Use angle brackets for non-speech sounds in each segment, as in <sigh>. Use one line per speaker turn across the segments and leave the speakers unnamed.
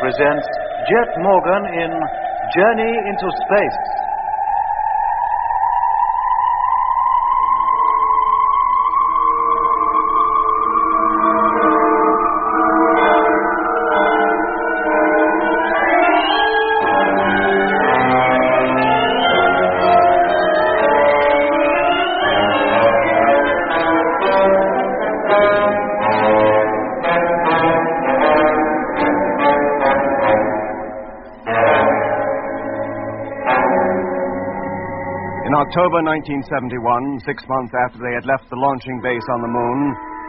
presents Jet Morgan in Journey into Space.
In October 1971, six months after they had left the launching base on the moon,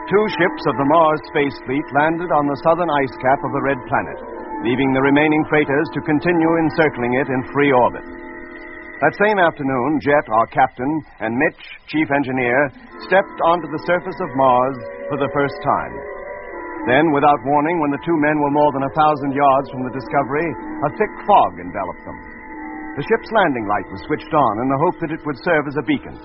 two ships of the Mars Space Fleet landed on the southern ice cap of the Red Planet, leaving the remaining freighters to continue encircling it in free orbit. That same afternoon, Jet, our captain, and Mitch, chief engineer, stepped onto the surface of Mars for the first time. Then, without warning, when the two men were more than a thousand yards from the Discovery, a thick fog enveloped them. The ship's landing light was switched on in the hope that it would serve as a beacon.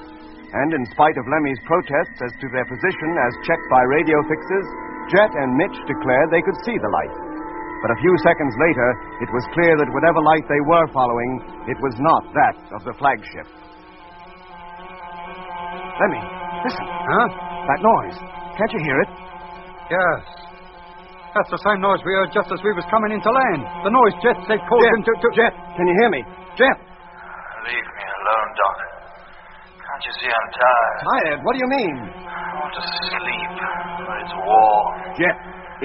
And in spite of Lemmy's protests as to their position as checked by radio fixes, Jet and Mitch declared they could see the light. But a few seconds later, it was clear that whatever light they were following, it was not that of the flagship. Lemmy, listen.
Huh?
That noise. Can't you hear it?
Yes. That's the same noise we heard just as we was coming in to land. The noise Jet said caused him to, to...
Jet, can you hear me?
Jet!
Leave me alone, Doc. Can't you see I'm tired?
Tired? What do you mean?
I want to sleep, but it's warm.
Jet,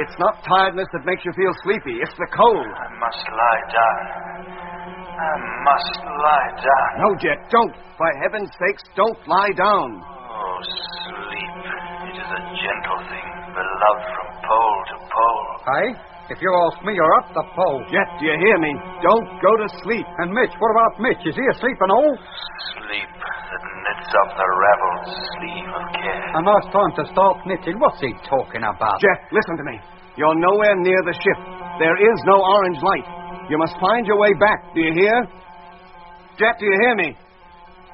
it's not tiredness that makes you feel sleepy. It's the cold.
I must lie down. I must lie down.
No, Jet, don't. For heaven's sakes, don't lie down.
Oh, sleep. It is a gentle thing, beloved from pole to pole.
Hey, if you ask me, you're up the pole.
Jet, do you hear me? Don't go to sleep.
And Mitch, what about Mitch? Is he asleep and all?
Sleep that knits up the raveled sleeve of care.
A nice time to start knitting. What's he talking about?
Jet, listen to me. You're nowhere near the ship. There is no orange light. You must find your way back. Do you hear? Jet, do you hear me?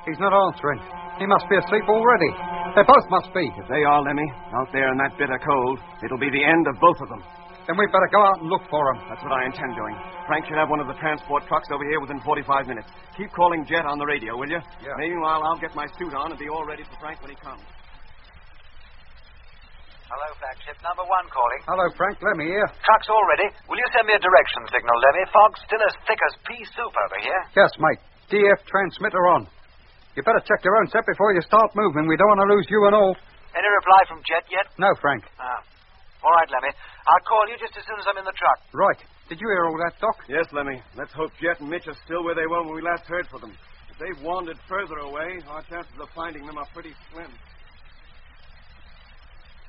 He's not answering. He must be asleep already. They both must be.
If they are, Lemmy, out there in that bitter cold, it'll be the end of both of them.
Then we'd better go out and look for him.
That's what I intend doing. Frank should have one of the transport trucks over here within 45 minutes. Keep calling Jet on the radio, will you?
Yeah.
Meanwhile, I'll get my suit on and be all ready for Frank when he comes.
Hello, flagship number one calling.
Hello, Frank. Lemmy here.
Truck's all ready. Will you send me a direction signal, Levy? Fog's still as thick as pea soup over here.
Yes, mate. DF transmitter on. You better check your own set before you start moving. We don't want to lose you and all.
Any reply from Jet yet?
No, Frank.
Ah. All right, Lemmy. I'll call you just as soon as I'm in the truck.
Right. Did you hear all that, Doc?
Yes, Lemmy. Let's hope Jet and Mitch are still where they were when we last heard from them. If they've wandered further away, our chances of finding them are pretty slim.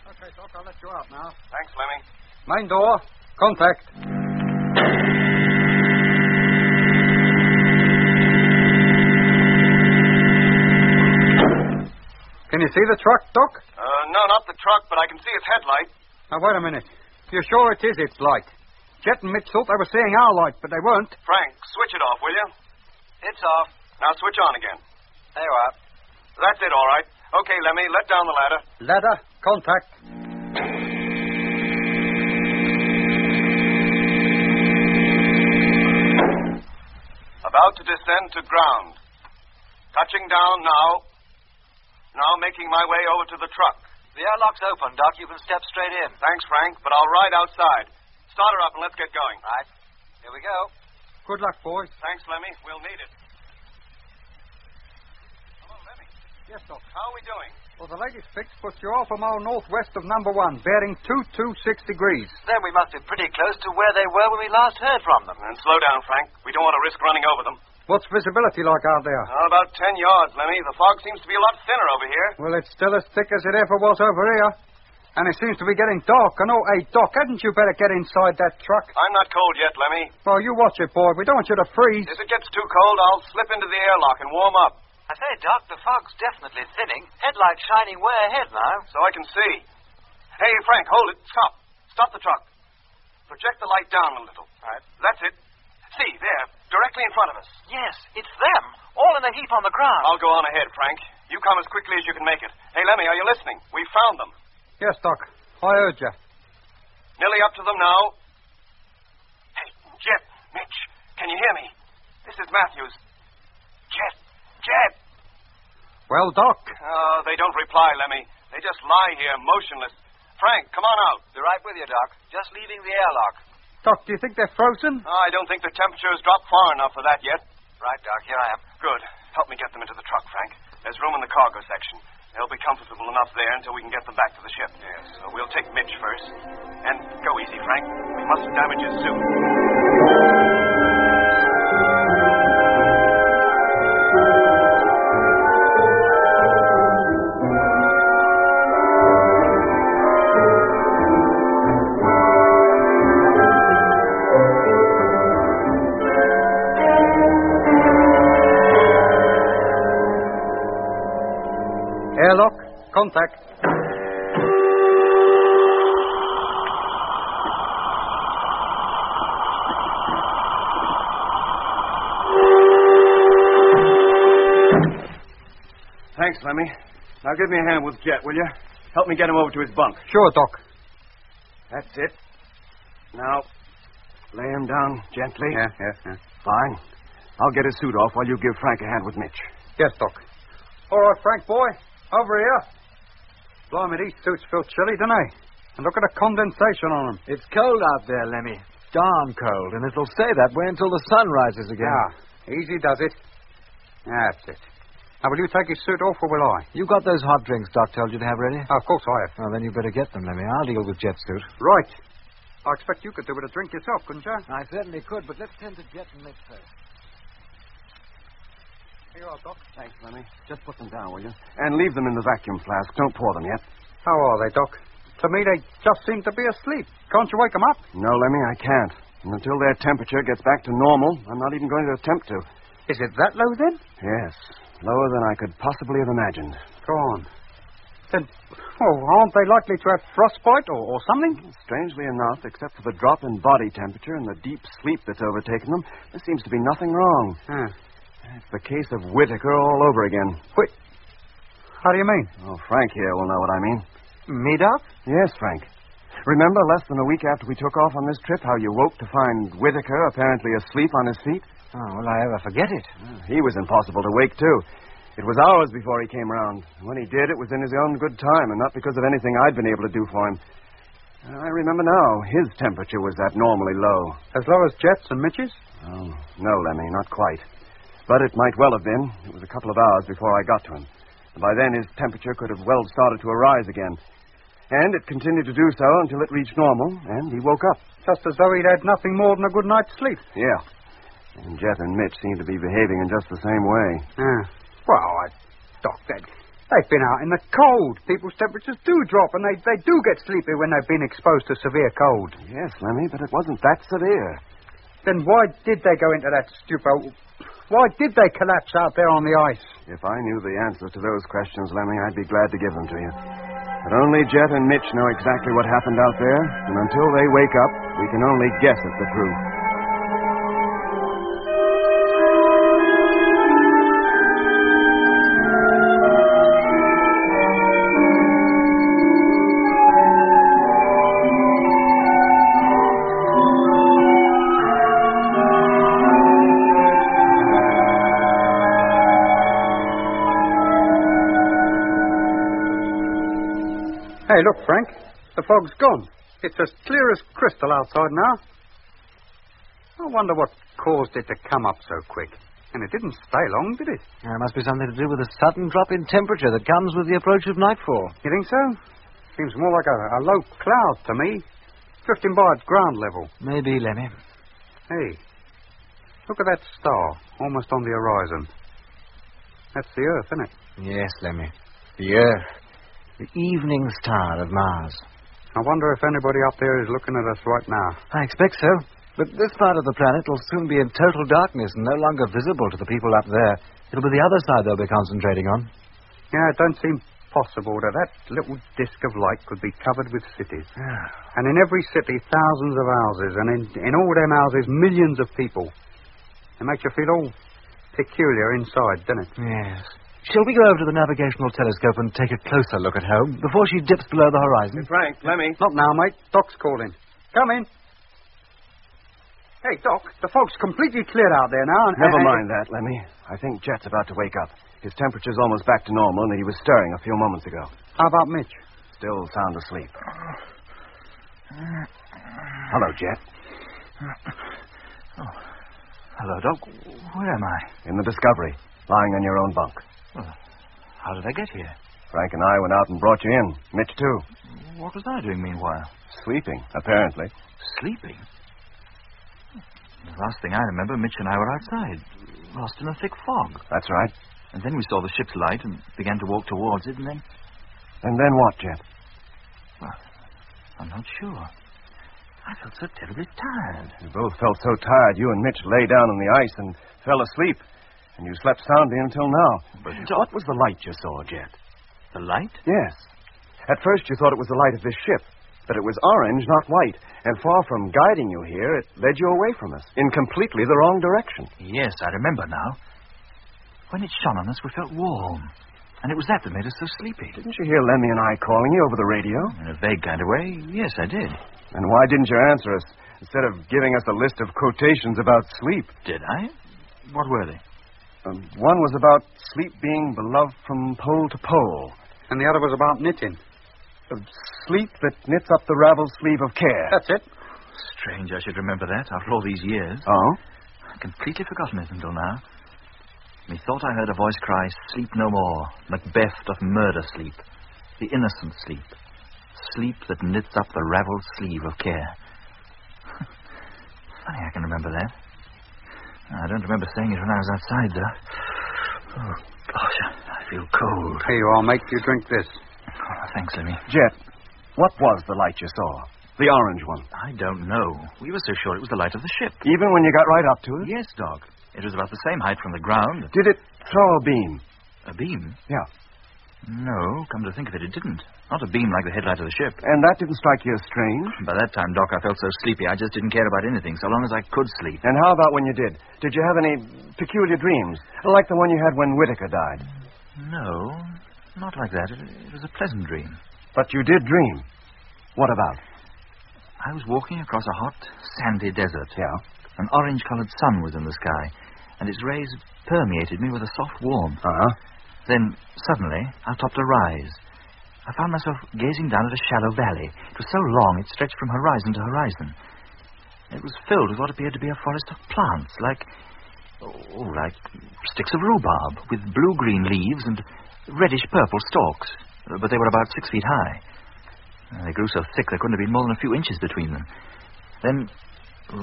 Okay, Doc. I'll let you out now.
Thanks, Lemmy.
Main door. Contact. Can you see the truck, Doc?
Uh, no, not the truck, but I can see its headlight.
Now, wait a minute. You're sure it is its light? Jet and Mitch thought they were seeing our light, but they weren't.
Frank, switch it off, will you?
It's off.
Now switch on again.
There you are.
That's it, all right. Okay, Lemmy, let down the ladder.
Ladder, contact.
About to descend to ground. Touching down now. Now making my way over to the truck.
The airlock's open, Doc. You can step straight in.
Thanks, Frank, but I'll ride outside. Start her up and let's get going.
Right. Here we go.
Good luck, boys.
Thanks, Lemmy. We'll need it. Hello, Lemmy.
Yes, Doc.
How are we doing?
Well, the latest fix puts you off a mile northwest of number one, bearing 226 degrees.
Then we must be pretty close to where they were when we last heard from them.
And slow down, Frank. We don't want to risk running over them.
What's visibility like out there?
How about ten yards, Lemmy? The fog seems to be a lot thinner over here.
Well, it's still as thick as it ever was over here. And it seems to be getting dark. And oh, hey, Doc, hadn't you better get inside that truck?
I'm not cold yet, Lemmy.
Well, you watch it, boy. We don't want you to freeze.
If it gets too cold, I'll slip into the airlock and warm up
I say, Doc, the fog's definitely thinning. Headlight shining way ahead now.
so I can see. Hey, Frank, hold it. Stop. Stop the truck. Project the light down a little. All right. That's it. See, there, directly in front of us.
Yes, it's them. All in a heap on the ground.
I'll go on ahead, Frank. You come as quickly as you can make it. Hey, Lemmy, are you listening? We found them.
Yes, Doc. I heard you.
Nearly up to them now. Hey,
Mitch, can you hear me? This is Matthews. Jet, Jet.
Well, Doc,
Oh,
Uh,
they don't reply, Lemmy. They just lie here, motionless. Frank, come on out.
Be right with you, Doc. Just leaving the airlock.
Doc, do you think they're frozen?
Oh, I don't think the temperature has dropped far enough for that yet.
Right, Doc. Here I am.
Good. Help me get them into the truck, Frank. There's room in the cargo section. They'll be comfortable enough there until we can get them back to the ship. Yes. So we'll take Mitch first. And go easy, Frank. We mustn't damage his suit.
Airlock, contact.
Thanks, Lemmy. Now give me a hand with Jet, will you? Help me get him over to his bunk.
Sure, Doc.
That's it. Now, lay him down gently.
Yeah, yeah, yeah.
Fine. I'll get his suit off while you give Frank a hand with Mitch.
Yes, Doc. All right, Frank, boy. Over here. Blimey, these suits feel chilly, don't they? And look at the condensation on them.
It's cold out there, Lemmy. Darn cold, and it'll stay that way until the sun rises again.
Yeah, Ah, easy does it. That's it. Now, will you take his suit off or will I? Oh,
You got those hot drinks Doc told you to have ready?
of course I have.
Well, then you better get them, Lemmy. I'll deal with jet suit.
Right. I expect you could do with a drink yourself, couldn't you?
I certainly could, but let's uh, tend to jet and Mitch first.
Here you are, Doc.
Thanks, Lemmy. Just put them down, will you? And leave them in the vacuum flask. Don't pour them yet.
How are they, Doc? To me, they just seem to be asleep. Can't you wake them up?
No, Lemmy, I can't. And until their temperature gets back to normal, I'm not even going to attempt to.
Is it that low then?
Yes, lower than I could possibly have imagined.
Go on. Then, oh, aren't they likely to have frostbite or, or something?
Strangely enough, except for the drop in body temperature and the deep sleep that's overtaken them, there seems to be nothing wrong.
Huh.
It's the case of Whitaker all over again.
Wait. How do you mean?
Oh, Frank here will know what I mean.
Me, Doc?
Yes, Frank. Remember less than a week after we took off on this trip how you woke to find Whitaker apparently asleep on his seat?
Oh, will I ever forget it?
He was impossible to wake, too. It was hours before he came round. When he did, it was in his own good time, and not because of anything I'd been able to do for him. I remember now, his temperature was abnormally low.
As low as Jets and Mitch's?
Oh, no, Lemmy, not quite. But it might well have been. It was a couple of hours before I got to him. And by then, his temperature could have well started to arise again. And it continued to do so until it reached normal, and he woke up.
Just as though he'd had nothing more than a good night's sleep.
Yeah. And Jet and Mitch seemed to be behaving in just the same way.
Yeah. Well, I, Doc, they, they've been out in the cold. People's temperatures do drop, and they, they do get sleepy when they've been exposed to severe cold.
Yes, Lemmy, but it wasn't that severe.
Then why did they go into that stupor? Why did they collapse out there on the ice?
If I knew the answers to those questions, Lemmy, I'd be glad to give them to you. But only Jet and Mitch know exactly what happened out there, and until they wake up, we can only guess at the truth.
Hey, look, Frank. The fog's gone. It's as clear as crystal outside now. I wonder what caused it to come up so quick. And it didn't stay long, did it?
There must be something to do with a sudden drop in temperature that comes with the approach of nightfall.
You think so? Seems more like a, a low cloud to me, drifting by at ground level.
Maybe, Lemmy.
Hey, look at that star, almost on the horizon. That's the Earth, isn't it?
Yes, Lemmy. The Earth. The evening star of Mars.
I wonder if anybody up there is looking at us right now.
I expect so. But this part of the planet will soon be in total darkness and no longer visible to the people up there. It'll be the other side they'll be concentrating on.
Yeah, it don't seem possible that that little disk of light could be covered with cities.
Ah,
And in every city, thousands of houses, and in, in all them houses, millions of people. It makes you feel all peculiar inside, doesn't it?
Yes. Shall we go over to the navigational telescope and take a closer look at home before she dips below the horizon?
Frank, Lemmy.
Not now, mate. Doc's calling. Come in. Hey, Doc, the fog's completely cleared out there now. And,
Never
and-
mind that, Lemmy. I think Jet's about to wake up. His temperature's almost back to normal, and he was stirring a few moments ago.
How about Mitch?
Still sound asleep. Hello, Jet.
Hello, Doc. Where am I?
In the Discovery, lying on your own bunk.
How did I get here?
Frank and I went out and brought you in. Mitch, too.
What was I doing meanwhile?
Sleeping, apparently.
Sleeping. The last thing I remember, Mitch and I were outside, lost in a thick fog.
That's right.
And then we saw the ship's light and began to walk towards it, and then
And then what, Jet?
I'm not sure. I felt so terribly tired.
You both felt so tired, you and Mitch lay down on the ice and fell asleep. And you slept soundly until now.
But
What was the light you saw, Jet?
the light?
Yes. At first you thought it was the light of this ship, but it was orange, not white. And far from guiding you here, it led you away from us in completely the wrong direction.
Yes, I remember now. When it shone on us, we felt warm. And it was that that made us so sleepy.
Didn't you hear Lemmy and I calling you over the radio?
In a vague kind of way, yes, I did.
And why didn't you answer us instead of giving us a list of quotations about sleep?
Did I? What were they?
Um, one was about sleep being beloved from pole to pole.
And the other was about knitting.
Of sleep that knits up the raveled sleeve of care.
That's it.
Strange I should remember that after all these years.
<laughs> Oh?
I'd completely forgotten it until now. Methought I heard a voice cry, Sleep no more, Macbeth doth murder sleep, the innocent sleep, sleep that knits up the raveled sleeve of care. <laughs> Funny I can remember that. I don't remember saying it when I was outside, though. Oh, gosh, I I feel cold.
Here you are, mate. You drink this.
Oh, thanks, Lemmy.
Jet, what was the light you saw? The orange one.
I don't know. We were so sure it was the light of the ship.
Even when you got right up to it?
Yes, Doc. It was about the same height from the ground.
Did it throw a beam?
A beam?
Yeah.
No, come to think of it, it didn't. Not a beam like the headlight of the ship.
And that didn't strike you as strange?
By that time, Doc, I felt so sleepy I just didn't care about anything so long as I could sleep.
And how about when you did? Did you have any peculiar dreams? Like the one you had when Whitaker died.
No, not like that. It, it was a pleasant dream.
But you did dream. What about?
I was walking across a hot, sandy desert.
Yeah.
An orange colored sun was in the sky, and its rays permeated me with a soft warmth.
Uh huh.
Then, suddenly, I topped a rise. I found myself gazing down at a shallow valley. It was so long it stretched from horizon to horizon. It was filled with what appeared to be a forest of plants, like. Oh, like sticks of rhubarb, with blue green leaves and reddish purple stalks. Uh, But they were about six feet high. Uh, They grew so thick there couldn't have been more than a few inches between them. Then,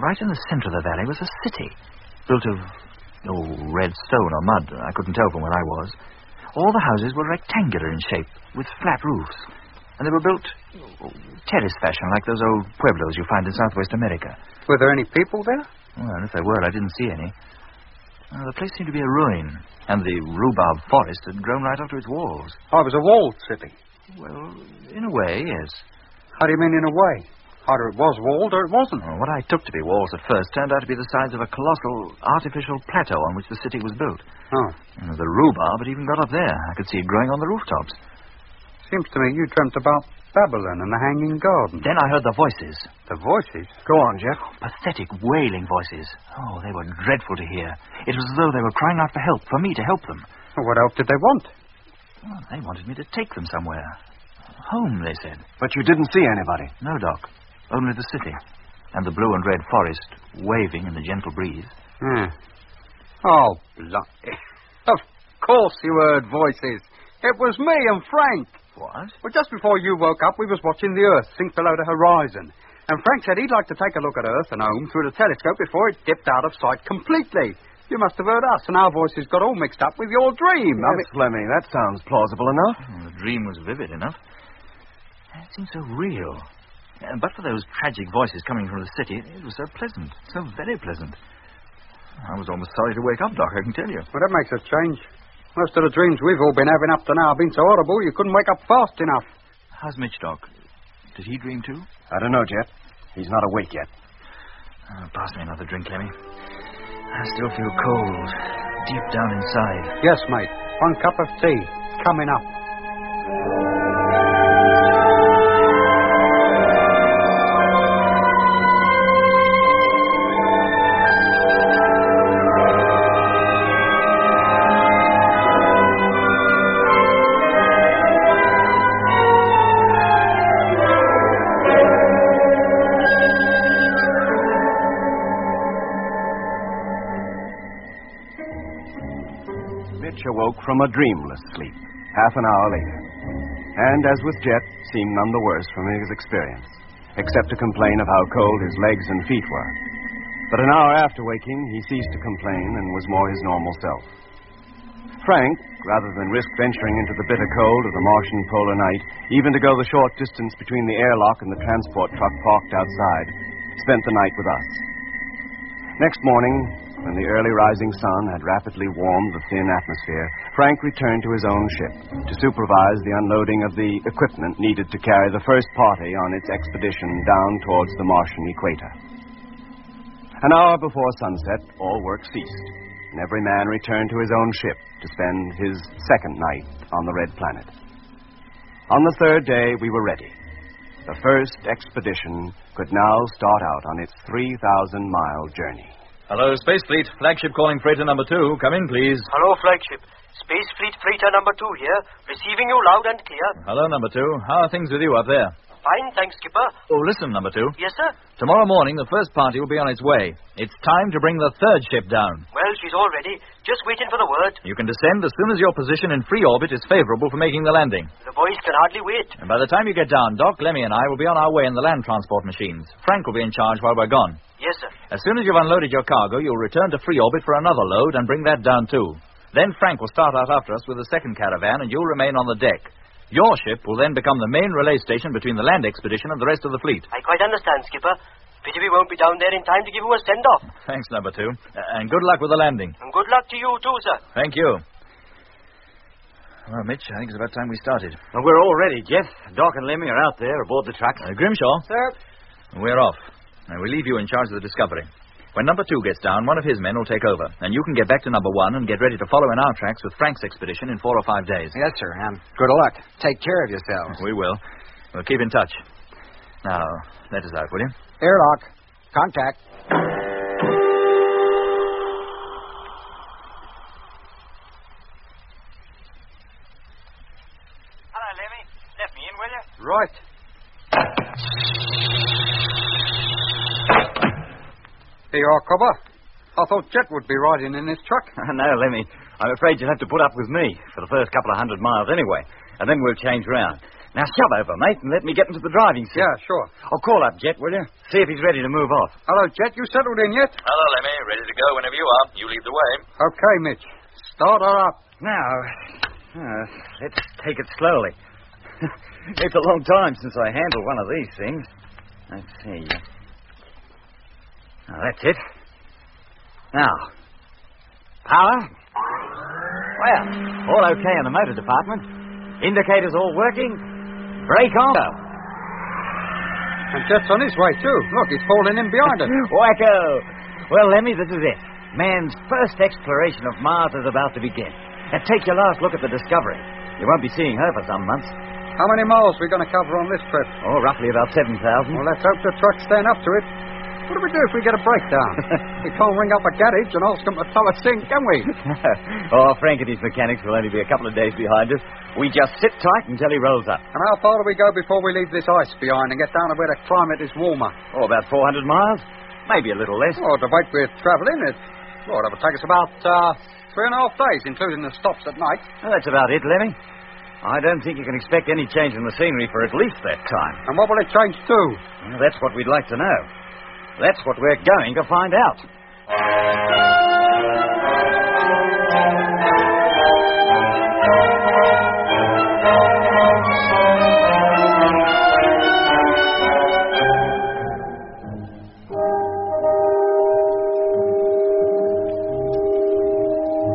right in the center of the valley was a city, built of. Oh, red stone or mud. I couldn't tell from where I was. All the houses were rectangular in shape, with flat roofs, and they were built oh, terrace fashion, like those old pueblos you find in Southwest America.
Were there any people there?
Well, if there were, I didn't see any. Uh, the place seemed to be a ruin, and the rhubarb forest had grown right up to its walls.
Oh, it was a walled city.
Well, in a way, yes.
How do you mean in a way? Either it was walled or it wasn't.
Well, what I took to be walls at first turned out to be the sides of a colossal artificial plateau on which the city was built.
Oh.
And the rhubarb had even got up there. I could see it growing on the rooftops.
Seems to me you dreamt about Babylon and the Hanging Garden.
Then I heard the voices.
The voices.
Go on, Jeff.
Pathetic, wailing voices. Oh, they were dreadful to hear. It was as though they were crying out for help, for me to help them.
Well, What else did they want?
Well, they wanted me to take them somewhere. Home, they said.
But you didn't see anybody.
No, Doc. Only the city. And the blue and red forest, waving in the gentle breeze.
Hmm. Oh, bloody. Of course you heard voices. It was me and Frank.
What?
Well, just before you woke up, we was watching the Earth sink below the horizon. And Frank said he'd like to take a look at Earth and home through the telescope before it dipped out of sight completely. You must have heard us, and our voices got all mixed up with your dream. I mean,
Yes, Lemmy, that sounds plausible enough.
Hmm, the dream was vivid enough. It seemed so real. Uh, But for those tragic voices coming from the city, it was so pleasant. So very pleasant. I was almost sorry to wake up, Doc, I can tell you.
well, that makes a change. Most of the dreams we've all been having up to now have been so horrible you couldn't wake up fast enough.
How's Mitch, Doc? Did he dream too?
I don't know, Jet. He's not awake yet.
Oh, pass me another drink, Lemmy. I still feel cold, deep down inside.
Yes, mate. One cup of tea. Coming up.
awoke from a dreamless sleep half an hour later, and, as with Jet, seemed none the worse from his experience, except to complain of how cold his legs and feet were. But an hour after waking, he ceased to complain and was more his normal self. Frank, rather than risk venturing into the bitter cold of the Martian polar night, even to go the short distance between the airlock and the transport truck parked outside, spent the night with us. Next morning, when the early rising sun had rapidly warmed the thin atmosphere, Frank returned to his own ship to supervise the unloading of the equipment needed to carry the first party on its expedition down towards the Martian equator. An hour before sunset, all work ceased, and every man returned to his own ship to spend his second night on the Red Planet. On the third day, we were ready. The first expedition could now start out on its 3,000 mile journey.
Hello, Space Fleet. Flagship calling freighter number two. Come in, please.
Hello, flagship. Space Fleet Freighter number two here, receiving you loud and clear.
Hello, number two. How are things with you up there?
Fine, thanks, skipper.
Oh, listen, number two.
Yes, sir.
Tomorrow morning, the first party will be on its way. It's time to bring the third ship down.
Well, she's all ready. Just waiting for the word.
You can descend as soon as your position in free orbit is favorable for making the landing.
The boys can hardly wait.
And by the time you get down, Doc, Lemmy, and I will be on our way in the land transport machines. Frank will be in charge while we're gone.
Yes, sir.
As soon as you've unloaded your cargo, you'll return to free orbit for another load and bring that down too. Then Frank will start out after us with the second caravan, and you'll remain on the deck. Your ship will then become the main relay station between the land expedition and the rest of the fleet. <laughs>
I quite understand, skipper. Pity we won't be down there in time to give you a send off.
Thanks, number two. Uh, and good luck with the landing.
And good luck to you, too, sir.
Thank you. Well, Mitch, I think it's about time we started.
Well, we're all ready, Jeff. Doc and Lemmy are out there aboard the truck.
Uh, Grimshaw.
Sir.
We're off. Now, we leave you in charge of the Discovery. When number two gets down, one of his men will take over, and you can get back to number one and get ready to follow in our tracks with Frank's expedition in four or five days.
Yes, sir, and good luck. Take care of yourselves.
We will. We'll keep in touch. Now, let us out, will you?
<laughs> Airlock. Contact.
Hello, Lemmy. Let me in, will you?
Right. Here you are, Cobber. I thought Jet would be riding in this truck.
<laughs> no, Lemmy. I'm afraid you'll have to put up with me for the first couple of hundred miles anyway, and then we'll change round. Now shove over, mate, and let me get into the driving seat.
Yeah, sure.
I'll call up Jet, will you? See if he's ready to move off.
Hello, Jet. You settled in yet?
Hello, Lemmy. Ready to go whenever you are. You lead the way.
Okay, Mitch. Start her up.
Now, uh, let's take it slowly. <laughs> it's a long time since I handled one of these things. Let's see. Now, that's it. Now, power. Well, all okay in the motor department. Indicators all working. Brake on.
And Jet's on his way, too. Look, he's falling in behind us.
Wacko! Well, Lemmy, this is it. Man's first exploration of Mars is about to begin. And take your last look at the Discovery. You won't be seeing her for some months.
How many miles are we going to cover on this trip?
Oh, roughly about 7,000.
Well, let's hope the trucks stand up to it. What do we do if we get a breakdown? <laughs> we can't ring up a garage and ask them to tow us in, can we?
<laughs> oh, Frank and his mechanics will only be a couple of days behind us. We just sit tight until he rolls up.
<laughs> And how far do we go before we leave this ice behind and get down to where the climate is warmer?
Oh, about 400 miles. Maybe a little less.
Oh, the weight we're travelling, it, Lord, it'll take us about uh, three and a half days, including the stops at night.
Well, that's about it, Lemmy. I don't think you can expect any change in the scenery for at least that time.
And what will it change to?
Well, that's what we'd like to know. That's what we're going to find out.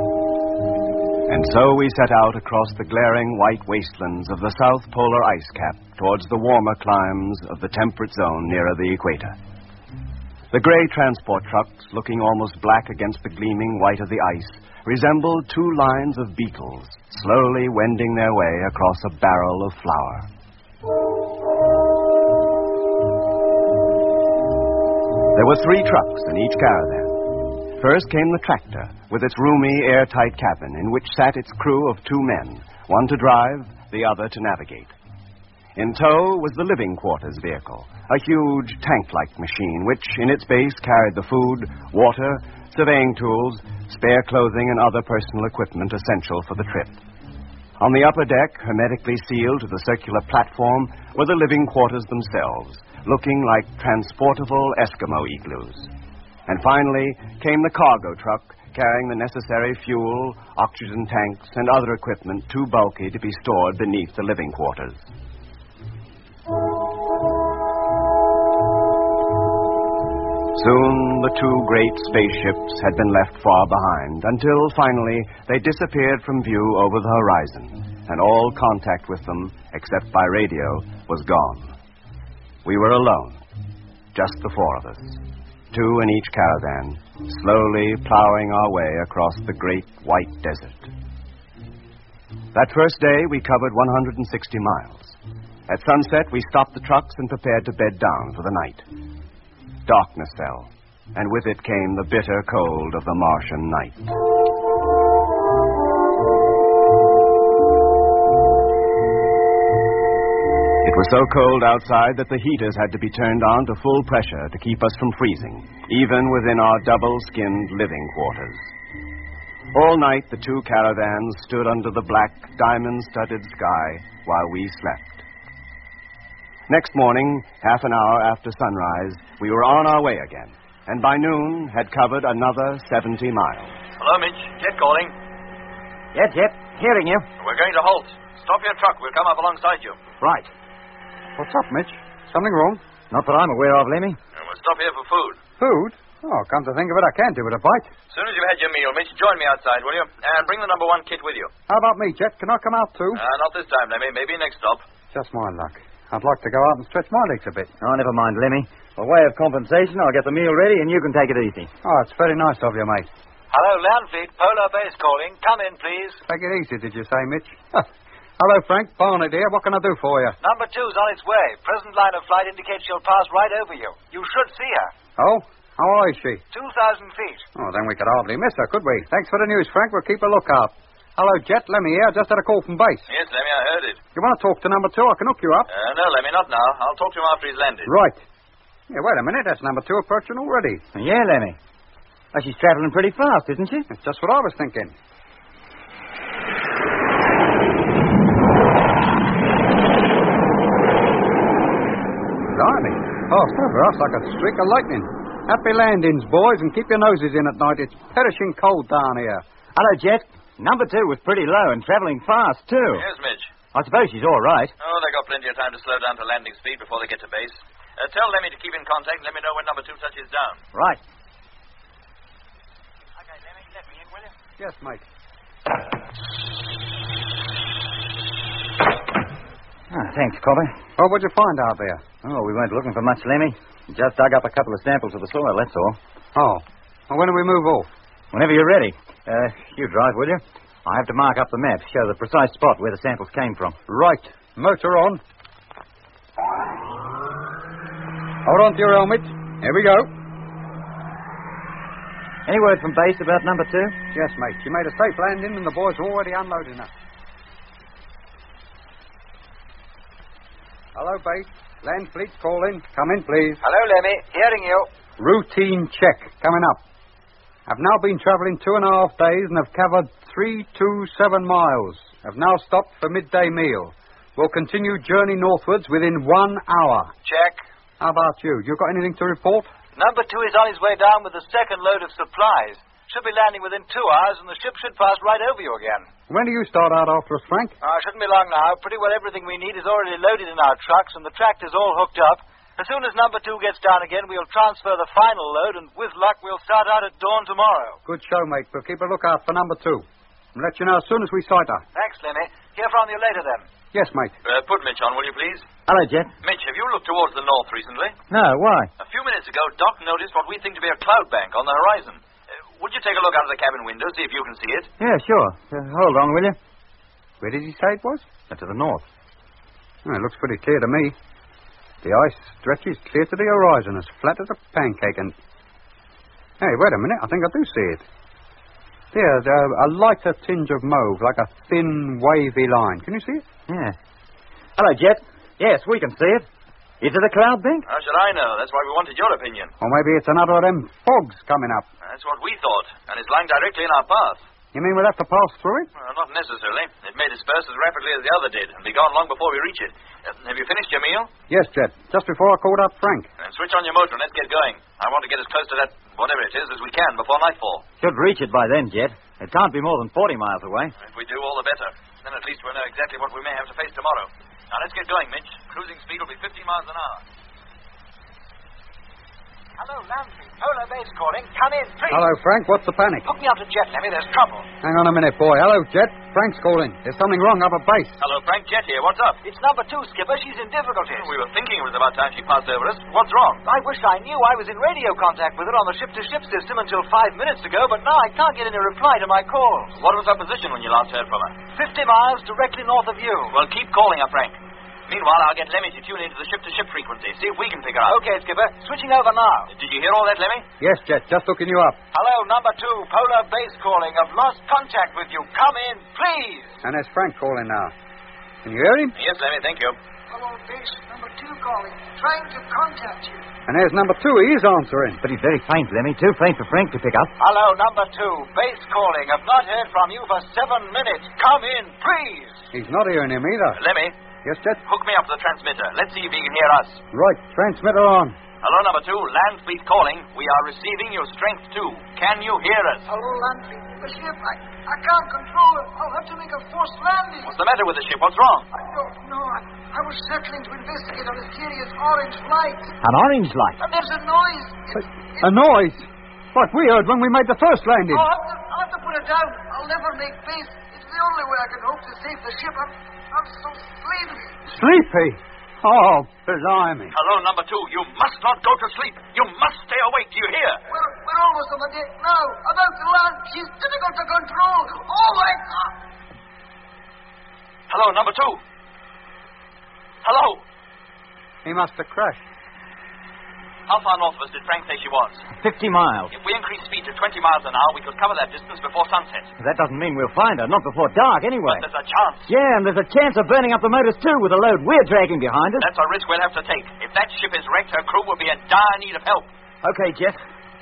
And so we set out across the glaring white wastelands of the south polar ice cap towards the warmer climes of the temperate zone nearer the equator. The gray transport trucks, looking almost black against the gleaming white of the ice, resembled two lines of beetles slowly wending their way across a barrel of flour. There were three trucks in each caravan. First came the tractor, with its roomy, airtight cabin in which sat its crew of two men, one to drive, the other to navigate. In tow was the living quarters vehicle, a huge tank like machine which, in its base, carried the food, water, surveying tools, spare clothing, and other personal equipment essential for the trip. On the upper deck, hermetically sealed to the circular platform, were the living quarters themselves, looking like transportable Eskimo igloos. And finally came the cargo truck carrying the necessary fuel, oxygen tanks, and other equipment too bulky to be stored beneath the living quarters. Soon the two great spaceships had been left far behind until finally they disappeared from view over the horizon, and all contact with them, except by radio, was gone. We were alone, just the four of us, two in each caravan, slowly plowing our way across the great white desert. That first day we covered 160 miles. At sunset, we stopped the trucks and prepared to bed down for the night. Darkness fell, and with it came the bitter cold of the Martian night. It was so cold outside that the heaters had to be turned on to full pressure to keep us from freezing, even within our double skinned living quarters. All night, the two caravans stood under the black, diamond studded sky while we slept. Next morning, half an hour after sunrise, we were on our way again, and by noon had covered another 70 miles.
Hello, Mitch. Jet calling.
Yep, yep. Hearing you.
We're going to halt. Stop your truck. We'll come up alongside you.
Right.
What's up, Mitch? Something wrong?
Not that I'm aware of, Lemmy.
And we'll stop here for food.
Food? Oh, come to think of it, I can do with a bite.
As soon as you've had your meal, Mitch, join me outside, will you? And bring the number one kit with you.
How about me, Jet? Can I come out too?
Uh, not this time, Lemmy. Maybe next stop.
Just my luck. I'd like to go out and stretch my legs a bit.
Oh, never mind, Lemmy. By way of compensation, I'll get the meal ready and you can take it easy.
Oh, it's very nice of you, mate.
Hello, Landfleet. Polar Base calling. Come in, please.
Take it easy, did you say, Mitch? Hello, Frank. Barney dear. What can I do for you?
Number two's on its way. Present line of flight indicates she'll pass right over you. You should see her.
Oh? How high is she?
2,000 feet.
Oh, then we could hardly miss her, could we? Thanks for the news, Frank. We'll keep a lookout. Hello, Jet. Lemmy here. I just had a call from base.
Yes, Lemmy, I heard it.
You want to talk to number two? I can hook you up.
Uh, no, Lemmy, not now. I'll talk to him after he's landed.
Right. Yeah, wait a minute. That's number two approaching already.
Yeah, Lemmy. Well, she's traveling pretty fast, isn't she?
That's just what I was thinking. Blimey. Oh, Passed over us like a streak of lightning. Happy landings, boys, and keep your noses in at night. It's perishing cold down here.
Hello, Jet. Number two was pretty low and traveling fast, too.
Yes, Mitch.
I suppose she's all right.
Oh, they got plenty of time to slow down to landing speed before they get to base. Uh, tell Lemmy to keep in contact. Let me know when number two touches down.
Right.
Okay, Lemmy, let me in, will you?
Yes, mate.
Ah, thanks, Cobber.
Well, what'd you find out there?
Oh, we weren't looking for much, Lemmy. Just dug up a couple of samples of the soil, that's all.
Oh. Well, when do we move off?
Whenever you're ready. Uh, you drive, will you? I have to mark up the map, show the precise spot where the samples came from.
Right. Motor on. Hold on to your helmet. Here we go.
Any word from base about number two?
Yes, mate. She made a safe landing and the boys are already unloading her. Hello, base. Land fleet calling. Come in, please.
Hello, Lemmy. Hearing you.
Routine check. Coming up. I've now been travelling two and a half days and have covered 327 miles. I've now stopped for midday meal. We'll continue journey northwards within one hour.
Check.
How about you? You got anything to report?
Number two is on his way down with the second load of supplies. Should be landing within two hours, and the ship should pass right over you again.
When do you start out after us, Frank?
Uh, shouldn't be long now. Pretty well everything we need is already loaded in our trucks, and the tractor's all hooked up. As soon as number two gets down again, we'll transfer the final load, and with luck, we'll start out at dawn tomorrow.
Good show, mate. We'll keep a lookout for number two. I'll let you know as soon as we sight her.
Thanks, Lemmy. Hear from you later, then.
Yes, mate.
Uh, put Mitch on, will you, please?
Hello, Jet.
Mitch, have you looked towards the north recently?
No, why?
A few minutes ago, Doc noticed what we think to be a cloud bank on the horizon. Uh, would you take a look out of the cabin window, see if you can see it?
Yeah, sure. Uh, hold on, will you?
Where did he say it was?
Uh, to the north.
Oh, it looks pretty clear to me. The ice stretches clear to the horizon, as flat as a pancake, and. Hey, wait a minute. I think I do see it. There's uh, a lighter tinge of mauve, like a thin, wavy line. Can you see it?
Yeah. Hello, Jet. Yes, we can see it.
Is it a cloud bank?
How should I know? That's why we wanted your opinion.
Or maybe it's another of them fogs coming up.
That's what we thought, and it's lying directly in our path.
You mean we'll have to pass through it?
Well, not necessarily. It may disperse as rapidly as the other did, and be gone long before we reach it. Uh, have you finished your meal?
Yes, Jed. Just before I called up Frank.
Then switch on your motor and let's get going. I want to get as close to that whatever it is as we can before nightfall.
Should reach it by then, Jed. It can't be more than 40 miles away.
If we do, all the better. Then at least we'll know exactly what we may have to face tomorrow. Now let's get going, Mitch. Cruising speed will be 15 miles an hour.
Hello, Landry. Polar Bay's calling. Come in, please.
Hello, Frank. What's the panic?
Hook me up to Jet, Lemmy. There's trouble.
Hang on a minute, boy. Hello, Jet. Frank's calling. There's something wrong up at base.
Hello, Frank Jet here. What's up? Hmm,
It's number two, Skipper. She's in difficulties.
We were thinking it was about time she passed over us. What's wrong?
I wish I knew. I was in radio contact with her on the ship-to-ship system until five minutes ago, but now I can't get any reply to my calls.
What was her position when you last heard from her?
Fifty miles directly north of you.
Well, keep calling her, Frank. Meanwhile, I'll get Lemmy to tune into the ship-to-ship frequency. See if we can figure out.
Okay, Skipper. Switching over now.
Did you hear all that, Lemmy?
Yes, Jet. Just hooking you up.
Hello, number two. Polar base calling. I've lost contact with you. Come in, please.
And there's Frank calling now. Can you hear him?
Yes, Lemmy. Thank you.
Hello, base. Number two calling. Trying to contact you.
And there's number two. He is answering.
But he's very faint, Lemmy. Too faint for Frank to pick up.
Hello, number two. Base calling. I've not heard from you for seven minutes. Come in, please.
He's not hearing him either.
Lemmy,
Yes, Jet?
Hook me up to the transmitter. Let's see if he can hear us.
Right. Transmitter on.
Hello, number two. Land fleet calling. We are receiving your strength two. Can you hear us?
Hello, Landry. The ship. I, I can't control it. I'll have to make a forced landing.
What's the matter with the ship? What's wrong?
I don't know. I, I was settling to investigate a mysterious orange light.
An orange light?
And there's a noise. It's,
A noise? What we heard when we made the first landing.
Oh, I'll have, to, I'll have to put it down. I'll never make base. It's the only way I can hope to save the ship. I'm, I'm so sleepy.
Sleepy? Oh, blimey.
Hello, number two. You must not go to sleep. You must stay awake. Do you hear?
We're, we're almost on the deck now. About to land. She's difficult to control. Oh, my God.
Hello, number two. Hello.
He must have crashed.
How far north of us did Frank say she was?
50 miles.
If we increase speed to 20 miles an hour, we could cover that distance before sunset.
That doesn't mean we'll find her. Not before dark, anyway.
There's a chance.
Yeah, and there's a chance of burning up the motors, too, with the load we're dragging behind us.
That's a risk we'll have to take. If that ship is wrecked, her crew will be in dire need of help.
Okay, Jeff.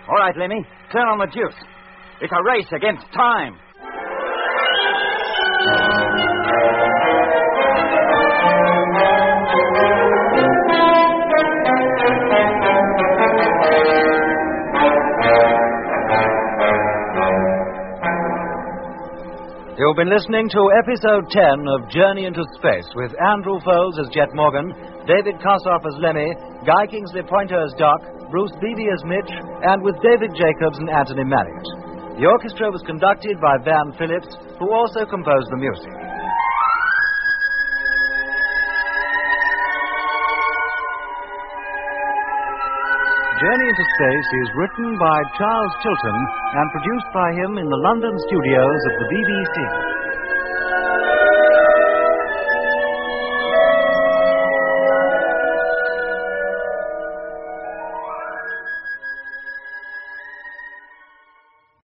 All right, Lemmy. Turn on the juice. It's a race against time.
You've been listening to episode 10 of Journey into Space with Andrew Foles as Jet Morgan, David Kossoff as Lemmy, Guy Kingsley Pointer as Doc, Bruce Beebe as Mitch, and with David Jacobs and Anthony Marriott. The orchestra was conducted by Van Phillips, who also composed the music.
Journey into Space is written by Charles Chilton and produced by him in the London studios of the BBC.